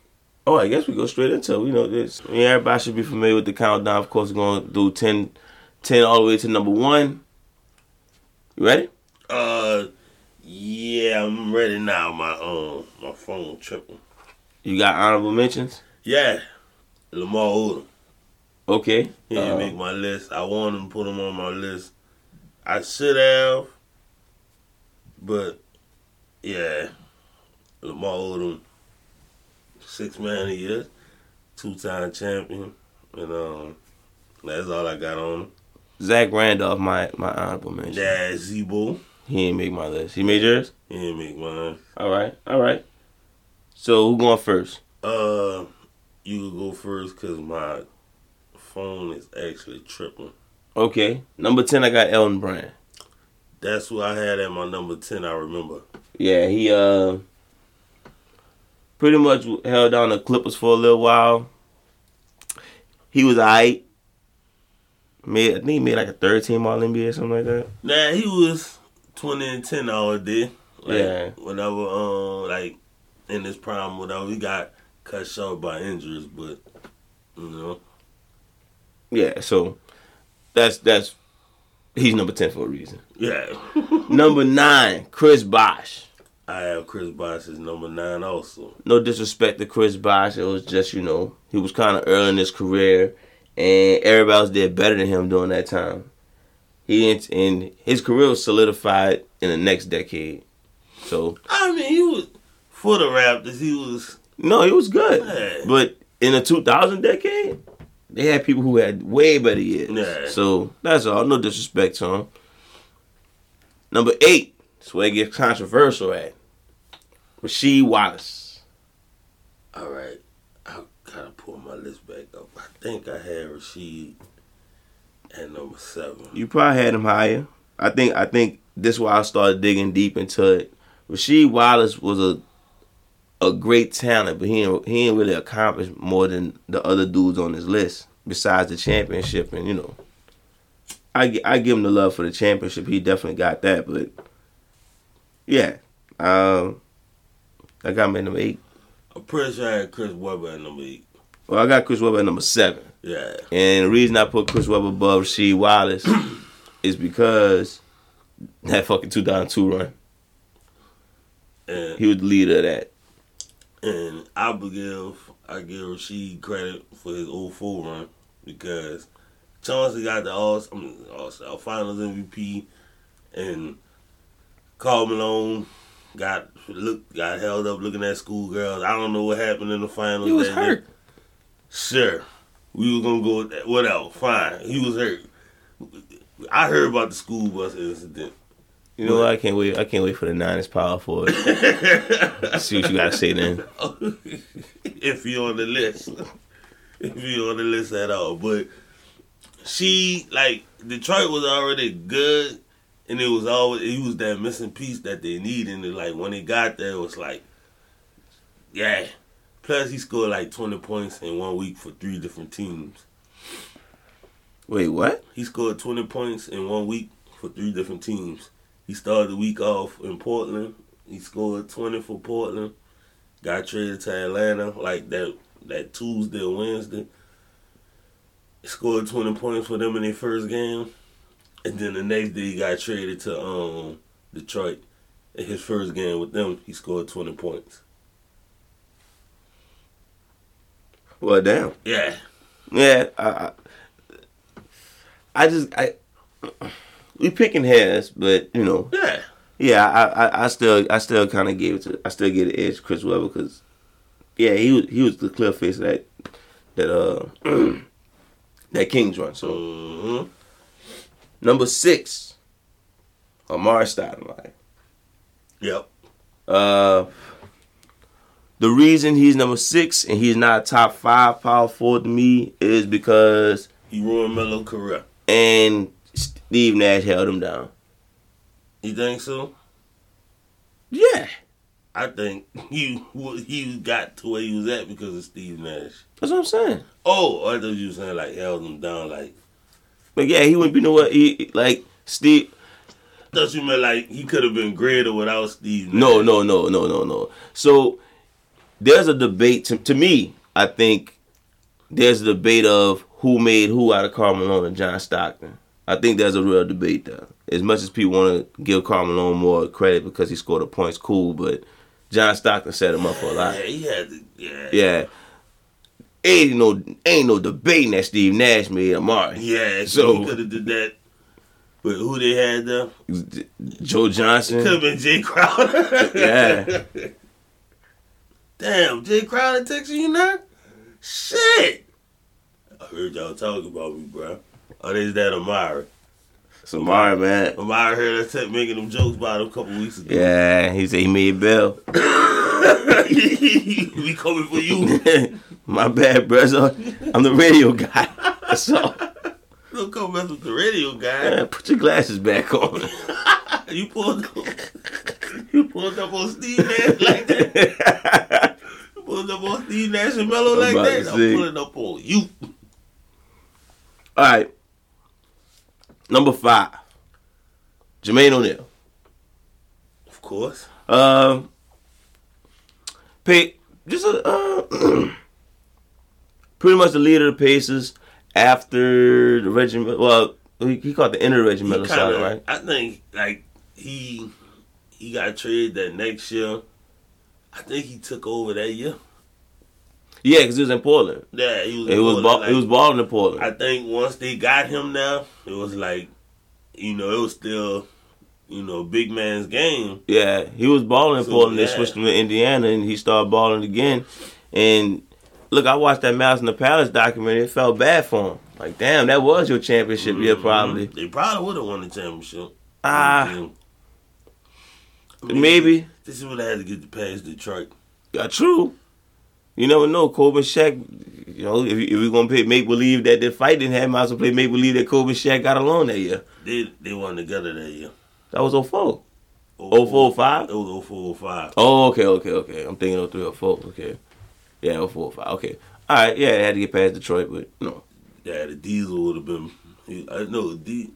Speaker 1: Oh, I guess we go straight into it. You know this. I mean, everybody should be familiar with the countdown. Of course, we're gonna do 10, 10 all the way to number one. You ready?
Speaker 2: Uh, yeah, I'm ready now. My um, my phone tripping.
Speaker 1: You got honorable mentions?
Speaker 2: Yeah, Lamar Odom.
Speaker 1: Okay.
Speaker 2: He didn't
Speaker 1: Uh,
Speaker 2: make my list. I wanted to put him on my list. I should have, but yeah, Lamar Odom, six man of the year, two time champion, and um, that's all I got on him.
Speaker 1: Zach Randolph, my my honorable mention.
Speaker 2: Yeah, Zebo.
Speaker 1: He ain't make my list. He made yours.
Speaker 2: He didn't make mine.
Speaker 1: All right. All right. So who going first?
Speaker 2: Uh, you could go first because my phone is actually tripping.
Speaker 1: Okay. Number ten, I got Elton Brand.
Speaker 2: That's what I had at my number ten. I remember.
Speaker 1: Yeah, he uh pretty much held down the Clippers for a little while. He was alright. Made I think he made like a third team All NBA or something like that.
Speaker 2: Nah, he was twenty and ten all day. Like,
Speaker 1: Yeah.
Speaker 2: Whenever um like in his prime, whatever he got cut short by injuries, but you know
Speaker 1: Yeah, so that's that's he's number ten for a reason.
Speaker 2: yeah.
Speaker 1: number nine, Chris Bosh.
Speaker 2: I have Chris Bosh as number nine also.
Speaker 1: No disrespect to Chris Bosh, it was just you know he was kind of early in his career, and everybody else did better than him during that time. He didn't, and his career was solidified in the next decade. So
Speaker 2: I mean he was for the Raptors. He was
Speaker 1: No, it was good.
Speaker 2: Yeah.
Speaker 1: But in the 2000 decade, they had people who had way better years.
Speaker 2: Yeah.
Speaker 1: So that's all. No disrespect to him. Number eight, that's where it gets controversial at. Rasheed Wallace.
Speaker 2: all right. I gotta pull my list back up. I think I had Rasheed at number seven.
Speaker 1: You probably had him higher. I think. I think this is why I started digging deep into it. Rasheed Wallace was a a great talent, but he ain't, he ain't really accomplished more than the other dudes on his list. Besides the championship, and you know, I gi- I give him the love for the championship. He definitely got that, but yeah, um, I got him at number eight.
Speaker 2: I'm pretty sure I had Chris Webber at number eight.
Speaker 1: Well, I got Chris Webber at number seven.
Speaker 2: Yeah.
Speaker 1: And the reason I put Chris Webber above Rasheed Wallace is because that fucking 2002 run.
Speaker 2: And
Speaker 1: He was the leader of that.
Speaker 2: And I would give I give Rasheed credit for his 04 run because Chauncey got the all I mean, all finals MVP and Carl Malone got look got held up looking at schoolgirls. I don't know what happened in the finals. that day. Sure. We was gonna go with that. Whatever, fine. He was hurt. I heard about the school bus incident.
Speaker 1: You know what? I can't wait. I can't wait for the Niners power forward. See what you gotta say then.
Speaker 2: if you on the list. If you on the list at all. But she like Detroit was already good and it was always it was that missing piece that they needed and like when they got there it was like Yeah. Plus he scored like twenty points in one week for three different teams.
Speaker 1: Wait, what?
Speaker 2: He scored twenty points in one week for three different teams. He started the week off in Portland. He scored twenty for Portland. Got traded to Atlanta like that that Tuesday or Wednesday. Scored twenty points for them in their first game. And then the next day he got traded to um Detroit. In his first game with them, he scored twenty points.
Speaker 1: Well, damn.
Speaker 2: Yeah.
Speaker 1: Yeah, I, I, I just I we picking hairs, but you know,
Speaker 2: Yeah.
Speaker 1: yeah, I I, I still I still kind of gave it to I still give the edge to Chris Webber because yeah, he was he was the clear face of that that uh that Kings run. So
Speaker 2: hmm
Speaker 1: number six, Amari Stoudemire.
Speaker 2: Yep.
Speaker 1: Uh, the reason he's number six and he's not a top five power forward to me is because
Speaker 2: He ruined Melo's career.
Speaker 1: and Steve Nash held him down.
Speaker 2: You think so?
Speaker 1: Yeah,
Speaker 2: I think he he got to where he was at because of Steve Nash.
Speaker 1: that's what I'm saying.
Speaker 2: Oh, I thought you were saying like held him down. Like
Speaker 1: But yeah, he wouldn't be nowhere. He like Steve.
Speaker 2: I thought you meant like he could have been greater without Steve. Nash.
Speaker 1: No, no, no, no, no, no. So there's a debate to, to me. I think there's a debate of who made who out of Carl Malone and John Stockton. I think there's a real debate there. As much as people want to give Carl Malone more credit because he scored the points, cool, but John Stockton set him up for a lot.
Speaker 2: Yeah, he had to, yeah.
Speaker 1: Yeah. Ain't no ain't no debating that Steve Nash made Amari.
Speaker 2: Yeah, so
Speaker 1: So-
Speaker 2: he could have did that. But who they had though?
Speaker 1: Joe
Speaker 2: Could have
Speaker 1: Johnson.
Speaker 2: been Jay Crowder.
Speaker 1: Yeah.
Speaker 2: Damn, Jay Crowder texting you now? Shit. I heard y'all talking about me, bro. Oh, there's that Amari.
Speaker 1: So Amari, man.
Speaker 2: Amari heard us te- making them jokes about him a couple weeks ago.
Speaker 1: Yeah, he said he made Bill.
Speaker 2: we coming for you.
Speaker 1: My bad, brother. I'm the radio guy. So
Speaker 2: Don't come mess with the radio guy.
Speaker 1: man, put your glasses back on.
Speaker 2: You pulled You pulled up on Steve Nash like that. You pulled up on Steve Nash and Mello like
Speaker 1: I'm about
Speaker 2: that.
Speaker 1: to
Speaker 2: I'm
Speaker 1: say.
Speaker 2: pulling up on you.
Speaker 1: All right. Number five. Jermaine O'Neal.
Speaker 2: Of course.
Speaker 1: Um, Pay just a uh, pretty much the leader of the Pacers after the regiment. Well, he, he called the inner
Speaker 2: He
Speaker 1: regimental side,
Speaker 2: kinda-
Speaker 1: right?
Speaker 2: I think like he he got traded that next year. I think he took over that year.
Speaker 1: Yeah, because he was in Portland.
Speaker 2: Yeah, he was.
Speaker 1: It was
Speaker 2: going,
Speaker 1: ball,
Speaker 2: like,
Speaker 1: it was balling in Portland.
Speaker 2: I think once they got him now, it was like, you know, it was still, you know, big man's game.
Speaker 1: yeah, he was balling in
Speaker 2: So,
Speaker 1: Portland. They
Speaker 2: yeah.
Speaker 1: switched him to Indiana, and he started balling again. And look, I watched that Malice in the Palace documentary. It felt bad for him. Like, damn, that was your championship year,
Speaker 2: Mhm.
Speaker 1: probably.
Speaker 2: They probably would have won the championship.
Speaker 1: Ah,
Speaker 2: I
Speaker 1: Mm-hmm.
Speaker 2: mean,
Speaker 1: maybe.
Speaker 2: This is what I had to get to past Detroit.
Speaker 1: Yeah, true. You never know. Kobe and Shaq, you know, if, if we're going to play make believe that the fight didn't happen, might as well play make believe that Kobe and Shaq got along that year.
Speaker 2: They they won together that year.
Speaker 1: That was 04. 0405?
Speaker 2: It was 0405.
Speaker 1: Oh, okay, okay, okay. I'm thinking 03 or 04. Okay. Yeah, 04 or 05. Okay. All right. Yeah, they had to get past Detroit, but no.
Speaker 2: Yeah, the Diesel would have been. He, I know D.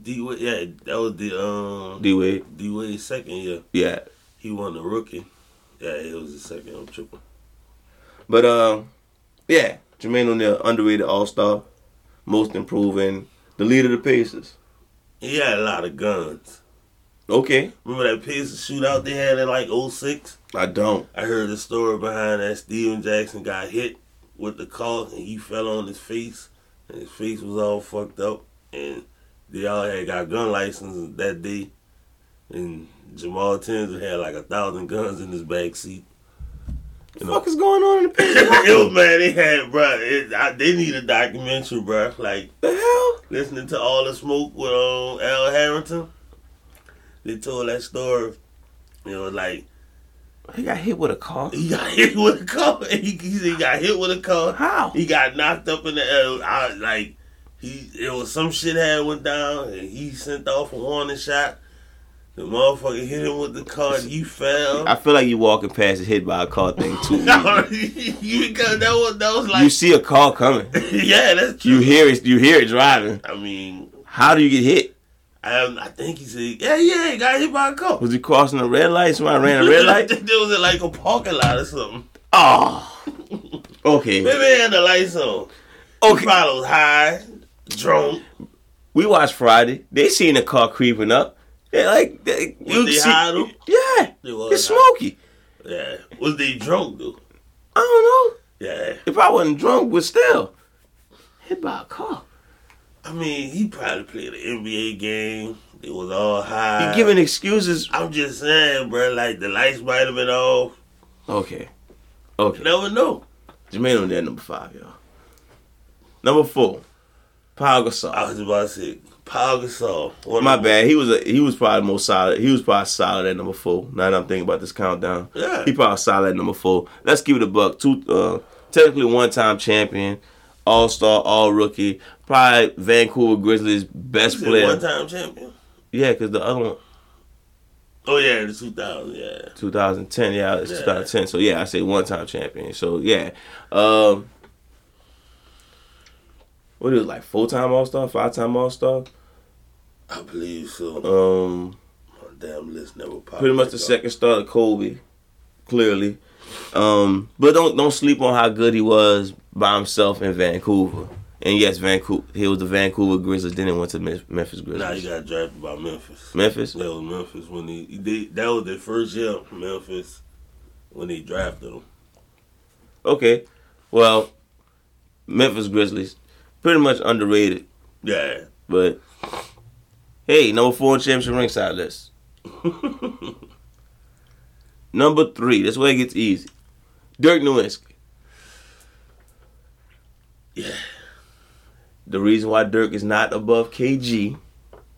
Speaker 2: D. Wade- Yeah, that was the um.
Speaker 1: D Wade.
Speaker 2: D Wade's second year.
Speaker 1: Yeah.
Speaker 2: He won the rookie. Yeah, it was his second. I'm tripping.
Speaker 1: But, um, yeah, Jermaine O'Neal, underrated All Star, most improving, the leader of the Pacers.
Speaker 2: He had a lot of guns.
Speaker 1: Okay.
Speaker 2: Remember that Pacers shootout they had in like 06?
Speaker 1: I don't.
Speaker 2: I heard the story behind that Steven Jackson got hit with the car and he fell on his face and his face was all fucked up and they all had got gun licenses that day and Jamal Tenzin had like a thousand guns in his back seat. You know,
Speaker 1: What the fuck is going on in the Pacers?
Speaker 2: it was man, they had bro. It, I, they need a documentary, bro. Like
Speaker 1: the hell?
Speaker 2: listening to all the smoke with um, Al Harrington. They told that story. It was like
Speaker 1: He got hit with a car.
Speaker 2: he got hit with a car. He, he, said he got hit with a car.
Speaker 1: How?
Speaker 2: He got knocked up in the air. I, like he, it was some shit had went down, and he sent off a warning shot. The motherfucker hit him with the car. and He fell.
Speaker 1: I feel like you walking past is hit by a car thing too.
Speaker 2: no, you because that was that was
Speaker 1: you
Speaker 2: like
Speaker 1: see a car coming.
Speaker 2: yeah, that's true.
Speaker 1: You hear it. You hear it driving.
Speaker 2: I mean,
Speaker 1: How do you get hit?
Speaker 2: I I think he said yeah, yeah, he got hit by a car.
Speaker 1: Was you crossing a red light? Somebody ran a red
Speaker 2: I
Speaker 1: light.
Speaker 2: think there was in like a parking lot or something.
Speaker 1: Oh. Okay.
Speaker 2: Maybe they had the lights on. He
Speaker 1: Okay.
Speaker 2: probably was high, drunk.
Speaker 1: We watched Friday. They seen a car creeping up. They like they,
Speaker 2: Was they high though?
Speaker 1: Yeah.
Speaker 2: They
Speaker 1: It's
Speaker 2: was high.
Speaker 1: smoky.
Speaker 2: Yeah. Was they drunk though?
Speaker 1: I don't know.
Speaker 2: Yeah.
Speaker 1: If I wasn't drunk, but still hit by a car.
Speaker 2: I mean, he probably played an NBA game. It was all
Speaker 1: You
Speaker 2: high.
Speaker 1: giving excuses?
Speaker 2: I'm just saying, bro. Like the lights might have been off.
Speaker 1: Okay.
Speaker 2: You
Speaker 1: Okay.
Speaker 2: never know.
Speaker 1: Jermaine on that number five, y'all. Number four, Pau Gasol.
Speaker 2: I was about to say, Pau Gasol. one of
Speaker 1: My
Speaker 2: the-
Speaker 1: bad. He was a, he was probably most solid. He was probably solid at number four. Now that I'm thinking about this countdown,
Speaker 2: Yeah.
Speaker 1: he probably solid at number four. Let's give it a buck. Two, uh, technically one time champion, all star, all rookie, probably Vancouver Grizzlies best
Speaker 2: He's
Speaker 1: player.
Speaker 2: a one-time champion.
Speaker 1: Yeah, because the other one,
Speaker 2: Oh yeah, the 2000. Yeah.
Speaker 1: 2010. Yeah, it's
Speaker 2: Yeah.
Speaker 1: 2010. So yeah, I say one time champion. So yeah, um, what is it, like four time all star, five time all star?
Speaker 2: I believe so.
Speaker 1: Um.
Speaker 2: My damn list never popped.
Speaker 1: pretty much the
Speaker 2: back up.
Speaker 1: second star to Kobe, clearly. Um, but don't don't sleep on how good he was by himself in Vancouver. And yes, Vancouver he was the Vancouver Grizzlies. Then he went to Mem- Memphis Grizzlies.
Speaker 2: Nah, he got drafted by Memphis.
Speaker 1: Memphis.
Speaker 2: That was Memphis when he, he did, that was their first year Memphis when they drafted him.
Speaker 1: Okay, well, Memphis Grizzlies, pretty much underrated.
Speaker 2: Yeah.
Speaker 1: But hey, number four championship ringside list. number three. That's where it gets easy. Dirk Nowitzki.
Speaker 2: Yeah.
Speaker 1: The reason why Dirk is not above KG,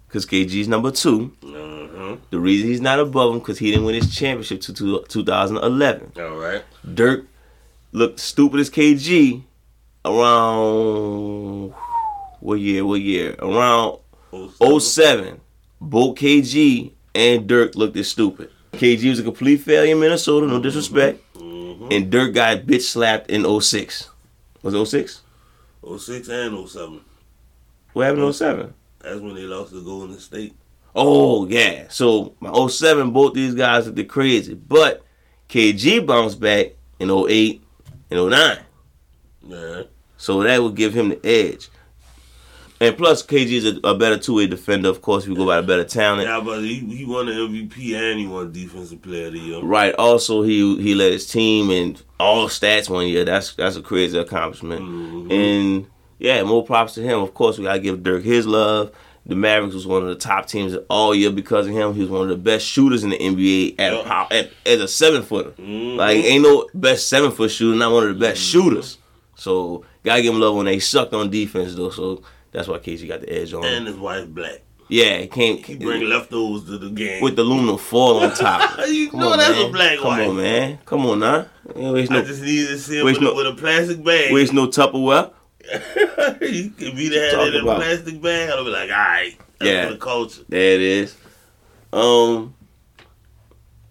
Speaker 1: because KG is number two.
Speaker 2: Uh-huh.
Speaker 1: The reason he's not above him, because he didn't win his championship to two- 2011.
Speaker 2: All right.
Speaker 1: Dirk looked stupid as KG around what year? What year? Around
Speaker 2: Oh,
Speaker 1: 07. Both KG and Dirk looked as stupid. KG was a complete failure in Minnesota, no disrespect.
Speaker 2: Mm-hmm.
Speaker 1: And Dirk got bitch slapped in 06. Was it 06?
Speaker 2: 06 Oh, and 07.
Speaker 1: What happened in 07?
Speaker 2: That's when they lost to Golden State.
Speaker 1: Oh yeah. So my 07, both these guys looked crazy. But KG bounced back in 08 and 09.
Speaker 2: Yeah.
Speaker 1: So that would give him the edge. And plus KG is a, a better two way defender, of course, if you go by the better talent.
Speaker 2: Yeah, but he, he won the MVP and he won Defensive Player of the Year.
Speaker 1: Right. Also, he he led his team in all stats one year. That's that's a crazy accomplishment.
Speaker 2: Mhm.
Speaker 1: And yeah, more props to him. Of course, we gotta give Dirk his love. The Mavericks was one of the top teams all year because of him. He was one of the best shooters in the NBA at a
Speaker 2: Yeah.
Speaker 1: pow- at, as a seven footer.
Speaker 2: Mhm.
Speaker 1: Like ain't no best seven foot shooter, not one of the best
Speaker 2: Mm-hmm.
Speaker 1: shooters. So gotta give him love when they sucked on defense though. So that's why KG got the edge on. him.
Speaker 2: and his wife black.
Speaker 1: yeah, he can't
Speaker 2: He bring leftovers to the game.
Speaker 1: with the aluminum foil on top.
Speaker 2: you
Speaker 1: Come
Speaker 2: know
Speaker 1: on,
Speaker 2: that's
Speaker 1: man.
Speaker 2: a black
Speaker 1: Come
Speaker 2: wife.
Speaker 1: on, man. Come on, now. Nah. Waste
Speaker 2: I
Speaker 1: no,
Speaker 2: just need to see him
Speaker 1: Waste
Speaker 2: with, a-
Speaker 1: no-
Speaker 2: with a plastic bag.
Speaker 1: waste no Tupperware.
Speaker 2: you could be there
Speaker 1: Talk
Speaker 2: in a
Speaker 1: about-
Speaker 2: plastic bag. I'll be like, all right. That's
Speaker 1: Yeah.
Speaker 2: for the culture.
Speaker 1: There it is. Um,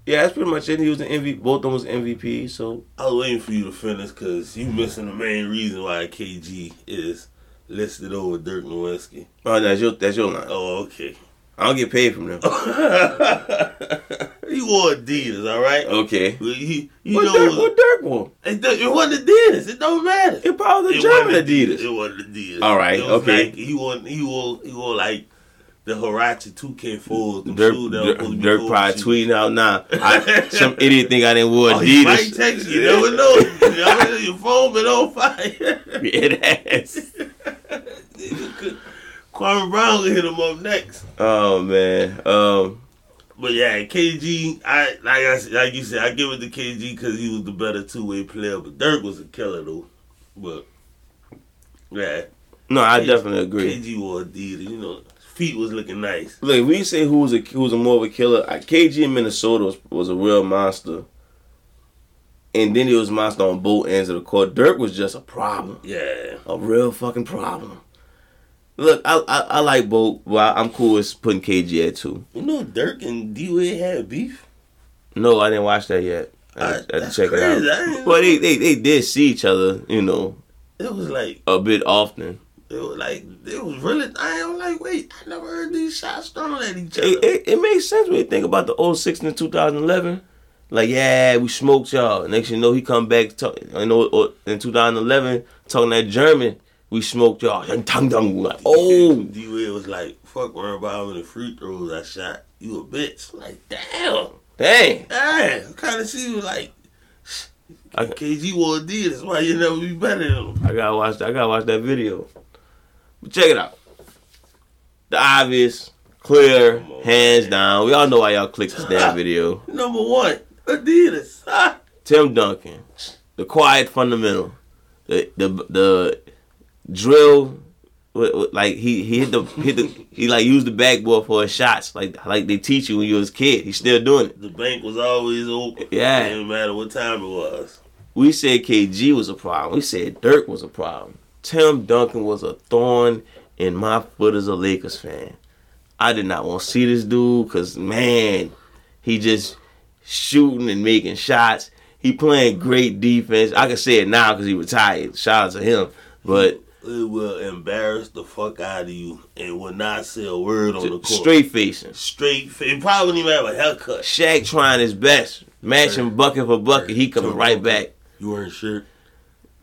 Speaker 1: yeah, that's pretty much it. He was an MVP. Both of them was MVP. So
Speaker 2: I was waiting for you to finish because you missing the main reason why KG is listed over Dirk Nowitzki.
Speaker 1: oh, that's your that's your line.
Speaker 2: Oh, okay.
Speaker 1: I don't get paid from them.
Speaker 2: he wore Adidas, all right?
Speaker 1: Okay.
Speaker 2: Well, He, you
Speaker 1: Oh. What
Speaker 2: know,
Speaker 1: Dirk, what Dirk wore?
Speaker 2: It, don't- it wasn't Adidas. It don't matter.
Speaker 1: It probably the German
Speaker 2: wasn't
Speaker 1: Adidas.
Speaker 2: It wasn't Adidas.
Speaker 1: All right,
Speaker 2: It was
Speaker 1: okay.
Speaker 2: Nike. he wore, he wore, he wore like the Hirachi 2K4s. them
Speaker 1: Dirk,
Speaker 2: shoes that was
Speaker 1: Dirk,
Speaker 2: supposed to be
Speaker 1: Dirk probably
Speaker 2: overshoes.
Speaker 1: tweeting out now. I, some idiot think I didn't wear
Speaker 2: Oh, he might
Speaker 1: Adidas.
Speaker 2: text you. You never know. You never know. Your phone been on fire.
Speaker 1: it is.
Speaker 2: Kwame Brown gonna hit him up next.
Speaker 1: Oh man. Um.
Speaker 2: But yeah, KG, I like I s- like you said, I give it to KG because he was the better two way player. But Dirk was a killer though. But yeah,
Speaker 1: No, I
Speaker 2: K-
Speaker 1: definitely agree.
Speaker 2: KG wore Adidas. You know, feet was looking nice.
Speaker 1: Look, if we say who was a who was a more of a killer. I- KG in Minnesota was, was a real monster, and then he was a monster on both ends of the court. Dirk was just a problem,
Speaker 2: Yeah,
Speaker 1: a real fucking problem. Look, I I, I like both, but I, am cool with putting KG at two.
Speaker 2: you know Dirk and D Wade had beef.
Speaker 1: No, I didn't watch that yet. I,
Speaker 2: Uh,
Speaker 1: had to- I had
Speaker 2: that's
Speaker 1: to check
Speaker 2: crazy. I
Speaker 1: it out.
Speaker 2: didn't
Speaker 1: But they,
Speaker 2: know.
Speaker 1: they they did see each other, you know,
Speaker 2: It was like
Speaker 1: a bit often.
Speaker 2: it was like it was really. I am like, wait, I never heard these shots thrown at each other.
Speaker 1: It, it, it makes sense when you think about the 06 and the 2011. Like, yeah, we smoked y'all. Next thing you know, he come back talk, in, o- o- in 2011 talking that German. We smoked y'all. And tang tang. Like, oh,
Speaker 2: D Wade was like, fuck, worry about how many free throws I shot. You a bitch. I'm like, damn.
Speaker 1: dang.
Speaker 2: Yeah, kind of see you like
Speaker 1: I,
Speaker 2: KG wore D. That's why you never be better than him.
Speaker 1: I gotta watch. I gotta watch that video. But check it out. The obvious, clear,
Speaker 2: Come on,
Speaker 1: hands
Speaker 2: man.
Speaker 1: down. We all know why y'all clicked this damn video.
Speaker 2: Number one, Adidas. Ha!
Speaker 1: Tim Duncan, the quiet fundamental, the the the drill, wa- wa- like he he hit the hit the he like used the backboard for his shots, like like they teach you when you was a kid. He's still doing it.
Speaker 2: The bank was always open.
Speaker 1: Yeah.
Speaker 2: It didn't matter what time it was.
Speaker 1: We said KG was a problem. We said Dirk was a problem. Tim Duncan was a thorn in my foot as a Lakers fan. I did not want to see this dude because man, he just shooting and making shots. He playing great defense. I can say it now because he retired. Shout out to him. But
Speaker 2: It will embarrass the fuck out of you and will not say a word on the court.
Speaker 1: Straight facing.
Speaker 2: Straight. fa- It probably didn't even have a haircut.
Speaker 1: Shaq trying his best, matching bucket for bucket. He coming
Speaker 2: Sure.
Speaker 1: right back.
Speaker 2: You wearing shirt.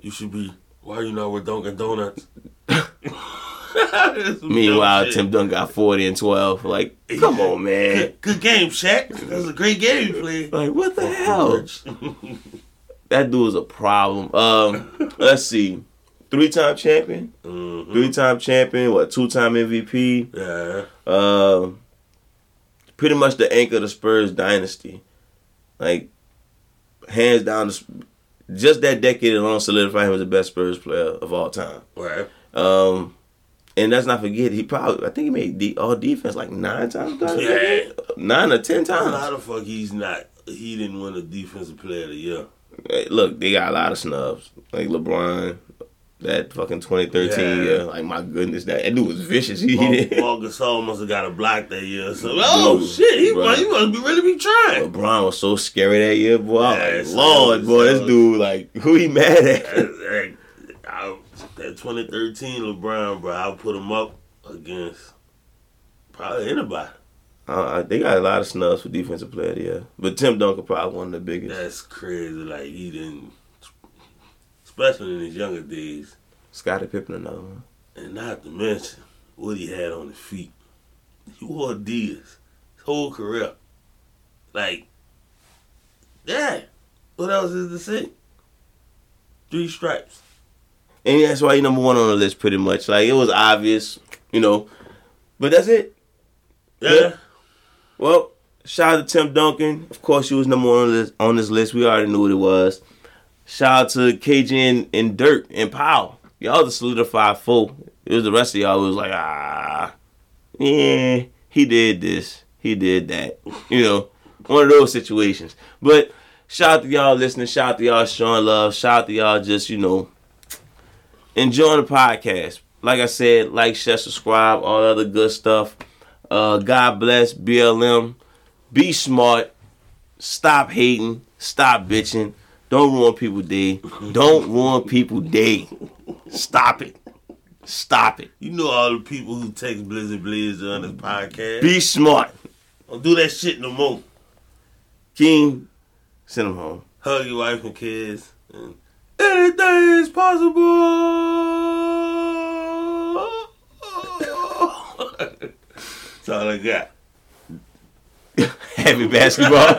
Speaker 2: You should be. Why you not with Dunkin' Donuts?
Speaker 1: Meanwhile,
Speaker 2: Dumb shit.
Speaker 1: Tim Dunn got forty and twelve. Like, come on, man.
Speaker 2: Good, good game, Shaq. That was a great game you played.
Speaker 1: Like, what the hell? That dude is a problem. Um, let's see. Three time champion,
Speaker 2: Mhm.
Speaker 1: three time champion, what, two time MVP.
Speaker 2: Yeah.
Speaker 1: Um, pretty much the anchor of the Spurs dynasty. Like, hands down, the Sp- just that decade alone solidified him as the best Spurs player of all time.
Speaker 2: Right.
Speaker 1: Um, and let's not forget, he probably, I think he made de- all defense like nine times.
Speaker 2: Yeah.
Speaker 1: Nine or ten times.
Speaker 2: How the fuck he's not? He didn't win a defensive player of the year.
Speaker 1: Hey, look, they got a lot of snubs. Like LeBron, that fucking 2013
Speaker 2: Yeah.
Speaker 1: year. Like, my goodness, that, that dude was vicious. He,
Speaker 2: Paul,
Speaker 1: did.
Speaker 2: Paul Gasol must have got a block that year. So, oh
Speaker 1: Dude,
Speaker 2: shit, he
Speaker 1: bruh.
Speaker 2: must, he must be really be trying.
Speaker 1: LeBron was so scary that year, boy. I was
Speaker 2: Yeah,
Speaker 1: like,
Speaker 2: it's-
Speaker 1: Lord,
Speaker 2: it's-
Speaker 1: boy, this
Speaker 2: it's-
Speaker 1: dude, like, who he mad at?
Speaker 2: that, that- I- that 2013 LeBron, bro, I put him up against probably anybody.
Speaker 1: uh, they got a lot of snubs for defensive player, yeah. But Tim Duncan probably one of the biggest.
Speaker 2: That's crazy. Like he didn't, especially in his younger days,
Speaker 1: Scottie Pippen, another one.
Speaker 2: and not to mention what he had on his feet. He wore Adidas his whole career. Like, yeah. What else is to say? Three stripes.
Speaker 1: And that's why he number one on the list, pretty much. Like, it was obvious, you know. But that's it.
Speaker 2: Yeah.
Speaker 1: Well, shout out to Tim Duncan. Of course, he was number one on this, on this list. We already knew what it was. Shout out to KJ and, and Dirk and Powell. Y'all the solidified four. It was the rest of y'all who was like, ah, yeah, he did this, he did that. You know, one of those situations. But shout out to y'all listening. Shout out to y'all showing love. Shout out to y'all just you know enjoying the podcast. Like I said, like, share, subscribe, all that other good stuff. Uh, God bless BLM. Be smart. Stop hating. Stop bitching. Don't ruin people day. Don't ruin people day. Stop it. Stop it.
Speaker 2: You know all the people who text Blizzard Blizzard on this podcast.
Speaker 1: Be smart.
Speaker 2: Don't do that shit no more.
Speaker 1: King, send them home.
Speaker 2: Hug your wife and kids. And anything is possible. That's all I got.
Speaker 1: Happy basketball.